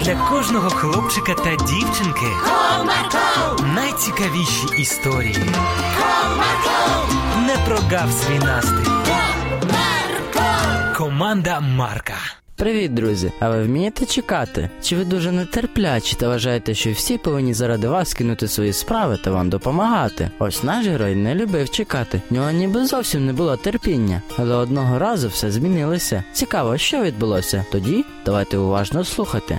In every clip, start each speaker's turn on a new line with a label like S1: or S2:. S1: для кожного хлопчика та дівчинки найцікавіші історії. Не прогав свій настрій. Команда Марка.
S2: Привіт, друзі! А ви вмієте чекати? Чи ви дуже нетерплячі та вважаєте, що всі повинні заради вас кинути свої справи та вам допомагати? Ось наш герой не любив чекати. В нього ніби зовсім не було терпіння. Але одного разу все змінилося. Цікаво, що відбулося. Тоді давайте уважно слухати.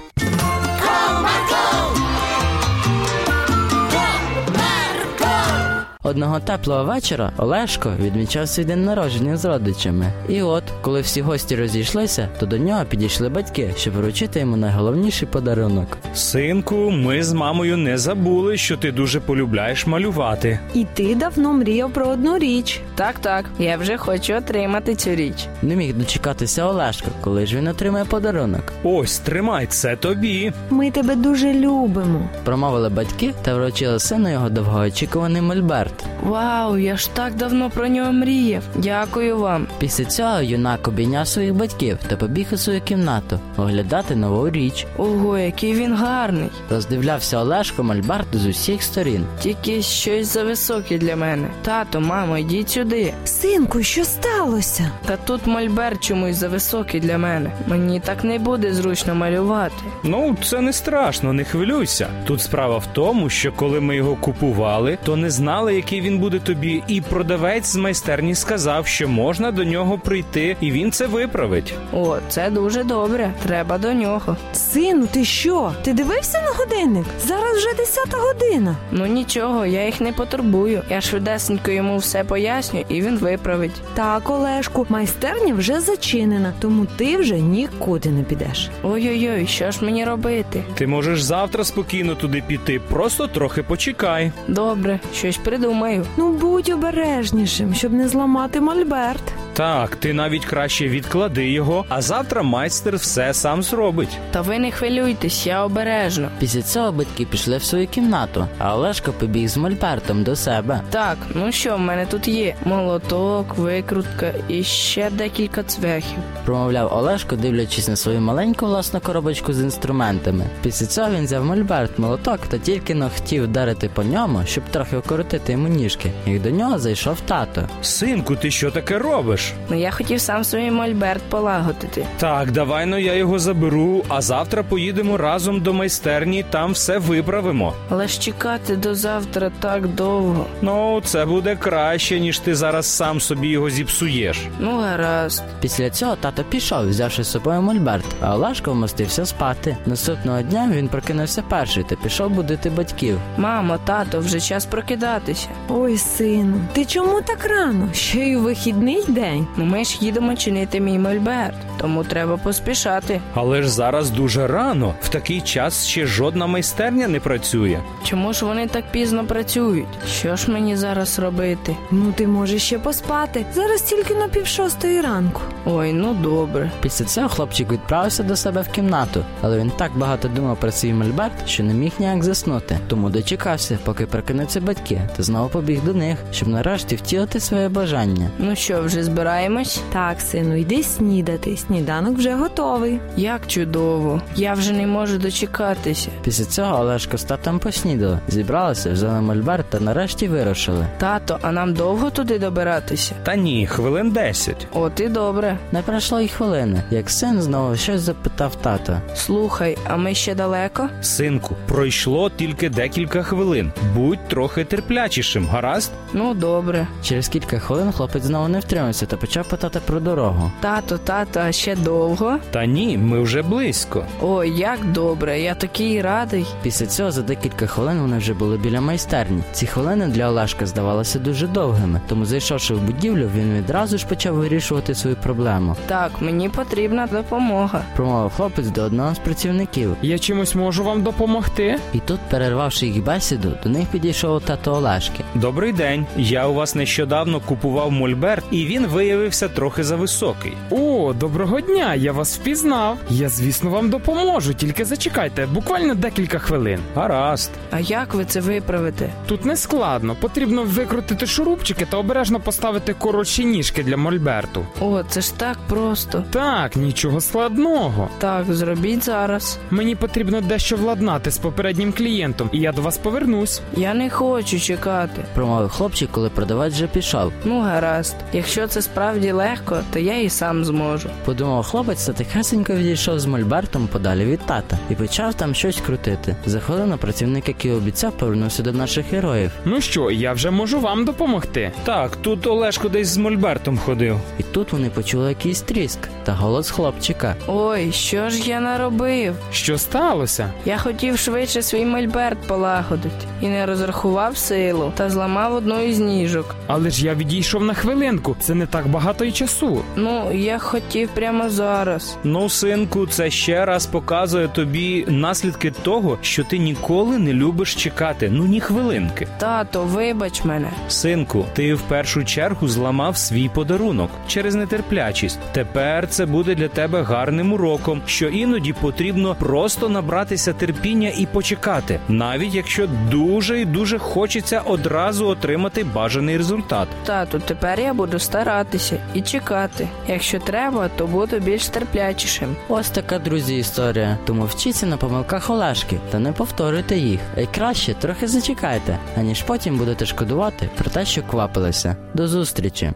S2: Одного теплого вечора Олешко відмічав свій день народження з родичами. І от, коли всі гості розійшлися, то до нього підійшли батьки, щоб вручити йому найголовніший подарунок.
S3: Синку, ми з мамою не забули, що ти дуже полюбляєш малювати.
S4: І ти давно мріяв про одну річ.
S5: Так, так, я вже хочу отримати цю річ.
S2: Не міг дочекатися Олешко, коли ж він отримає подарунок.
S3: Ось, тримай, це тобі.
S4: Ми тебе дуже любимо.
S2: Промовили батьки та вручили сину його довгоочікуваний мольберт.
S5: Вау, я ж так давно про нього мріяв. Дякую вам.
S2: Після цього юнак обійняв своїх батьків та побіг у свою кімнату оглядати нову річ.
S5: Ого, який він гарний.
S2: Роздивлявся Олешко мольберт з усіх сторін.
S5: Тільки щось зависоке для мене. Тато, мамо, йдіть сюди.
S4: Синку, що сталося?
S5: Та тут мольберт чомусь зависокий для мене. Мені так не буде зручно малювати.
S3: Ну, це не страшно, не хвилюйся. Тут справа в тому, що коли ми його купували, то не знали, який він буде тобі. І продавець з майстерні сказав, що можна до нього прийти, і він це виправить.
S5: О, це дуже добре. Треба до нього.
S4: Сину, ти що? Ти дивився на годинник? Зараз вже десята година.
S5: Ну нічого, я їх не потурбую. Я швидесенько йому все поясню, і він виправить.
S4: Так, Олешку, майстерня вже зачинена, тому ти вже нікуди не підеш.
S5: Ой-ой-ой, що ж мені робити?
S3: Ти можеш завтра спокійно туди піти, просто трохи почекай.
S5: Добре, щось придумаю.
S4: Ну будь обережнішим, щоб не зламати мольберт.
S3: Так, ти навіть краще відклади його, а завтра майстер все сам зробить.
S5: Та ви не хвилюйтесь, я обережно.
S2: Після цього батьки пішли в свою кімнату, а Олешко побіг з мольбертом до себе.
S5: Так, ну що в мене тут є? Молоток, викрутка і ще декілька цвяхів.
S2: Промовляв Олешко, дивлячись на свою маленьку власну коробочку з інструментами. Після цього він взяв мольберт молоток та тільки но хотів вдарити по ньому, щоб трохи вкоротити йому ніжки, як до нього зайшов тато.
S3: Синку, ти що таке робиш?
S5: Ну я хотів сам свій мольберт полагодити.
S3: Так, давай ну я його заберу, а завтра поїдемо разом до майстерні, там все виправимо.
S5: Але ж чекати до завтра так довго.
S3: Ну, це буде краще, ніж ти зараз сам собі його зіпсуєш.
S5: Ну гаразд.
S2: Після цього тато пішов, взявши з собою мольберт, а Олешко вмостився спати. Наступного дня він прокинувся перший та пішов будити батьків.
S5: Мамо, тато, вже час прокидатися.
S4: Ой, сину, ти чому так рано? Ще й у вихідний день.
S5: Ну ми ж їдемо чинити мій мольберт, тому треба поспішати.
S3: Але ж зараз дуже рано. В такий час ще жодна майстерня не працює.
S5: Чому ж вони так пізно працюють? Що ж мені зараз робити?
S4: Ну ти можеш ще поспати. Зараз тільки на пів шостої ранку.
S5: Ой, ну добре.
S2: Після цього хлопчик відправився до себе в кімнату, але він так багато думав про свій мольберт, що не міг ніяк заснути. Тому дочекався, поки прокинуться батьки, та знову побіг до них, щоб нарешті втілити своє бажання.
S5: Ну що, вже збираємось?
S4: Так, сину, йди снідати. Сніданок вже готовий.
S5: Як чудово! Я вже не можу дочекатися.
S2: Після цього Олешко з татом поснідали, зібралися, взяли мольберт та нарешті вирушили.
S5: Тато, а нам довго туди добиратися?
S3: Та ні, хвилин десять.
S5: От і добре.
S2: Не пройшло й хвилини, як син знову щось запитав тата.
S5: Слухай, а ми ще далеко?
S3: Синку, пройшло тільки декілька хвилин. Будь трохи терплячішим, гаразд?
S5: Ну добре.
S2: Через кілька хвилин хлопець знову не втримався та почав питати про дорогу.
S5: Тато, тато, а ще довго?
S3: Та ні, ми вже близько.
S5: Ой, як добре, я такий радий.
S2: Після цього за декілька хвилин вони вже були біля майстерні. Ці хвилини для Олешка здавалися дуже довгими, тому зайшовши в будівлю, він відразу ж почав вирішувати свою проблему.
S5: Так, мені потрібна допомога.
S2: Промовив хлопець до одного з працівників,
S6: Я чимось можу вам допомогти?
S2: і тут, перервавши їх бесіду, до них підійшов тато Олешки.
S3: Добрий день. Я у вас нещодавно купував мольберт, і він виявився трохи зависокий.
S6: О, доброго Доброго дня, я вас впізнав. Я, звісно, вам допоможу, тільки зачекайте, буквально декілька хвилин.
S3: Гаразд.
S5: А як ви це виправите?
S6: Тут не складно, потрібно викрутити шурупчики та обережно поставити коротші ніжки для мольберту.
S5: О, це ж так просто.
S6: Так, нічого складного.
S5: Так, зробіть зараз.
S6: Мені потрібно дещо владнати з попереднім клієнтом, і я до вас повернусь.
S5: Я не хочу чекати.
S2: промовив хлопчик, коли продавець вже пішов.
S5: Ну, гаразд. Якщо це справді легко, то я і сам зможу.
S2: Подумав хлопець та тихесенько відійшов з мольбертом подалі від тата і почав там щось крутити. За хвилину працівник, який обіцяв, повернувся до наших героїв.
S6: Ну що, я вже можу вам допомогти.
S3: Так, тут Олешко десь з Мольбертом ходив.
S2: І тут вони почули якийсь тріск та голос хлопчика.
S5: Ой, що ж я наробив?
S6: Що сталося?
S5: Я хотів швидше свій мольберт полагодить і не розрахував силу та зламав одну із ніжок.
S6: Але ж я відійшов на хвилинку, це не так багато й часу.
S5: Ну, я хотів прямо зараз.
S3: Ну, синку, це ще раз показує тобі наслідки того, що ти ніколи не любиш чекати. Ну ні хвилинки.
S5: Тато, вибач мене.
S3: Синку, ти в першу чергу зламав свій подарунок через нетерплячість. Тепер це буде для тебе гарним уроком, що іноді потрібно просто набратися терпіння і почекати, навіть якщо дуже і дуже хочеться одразу отримати бажаний результат.
S5: Тату, тепер я буду старатися і чекати. Якщо треба, то буду більш терплячішим.
S2: Ось така, друзі, історія. Тому вчіться на помилках Олешки та не повторюйте їх. І краще трохи зачекайте, аніж потім будете шкодувати про те, що квапилися. До зустрічі!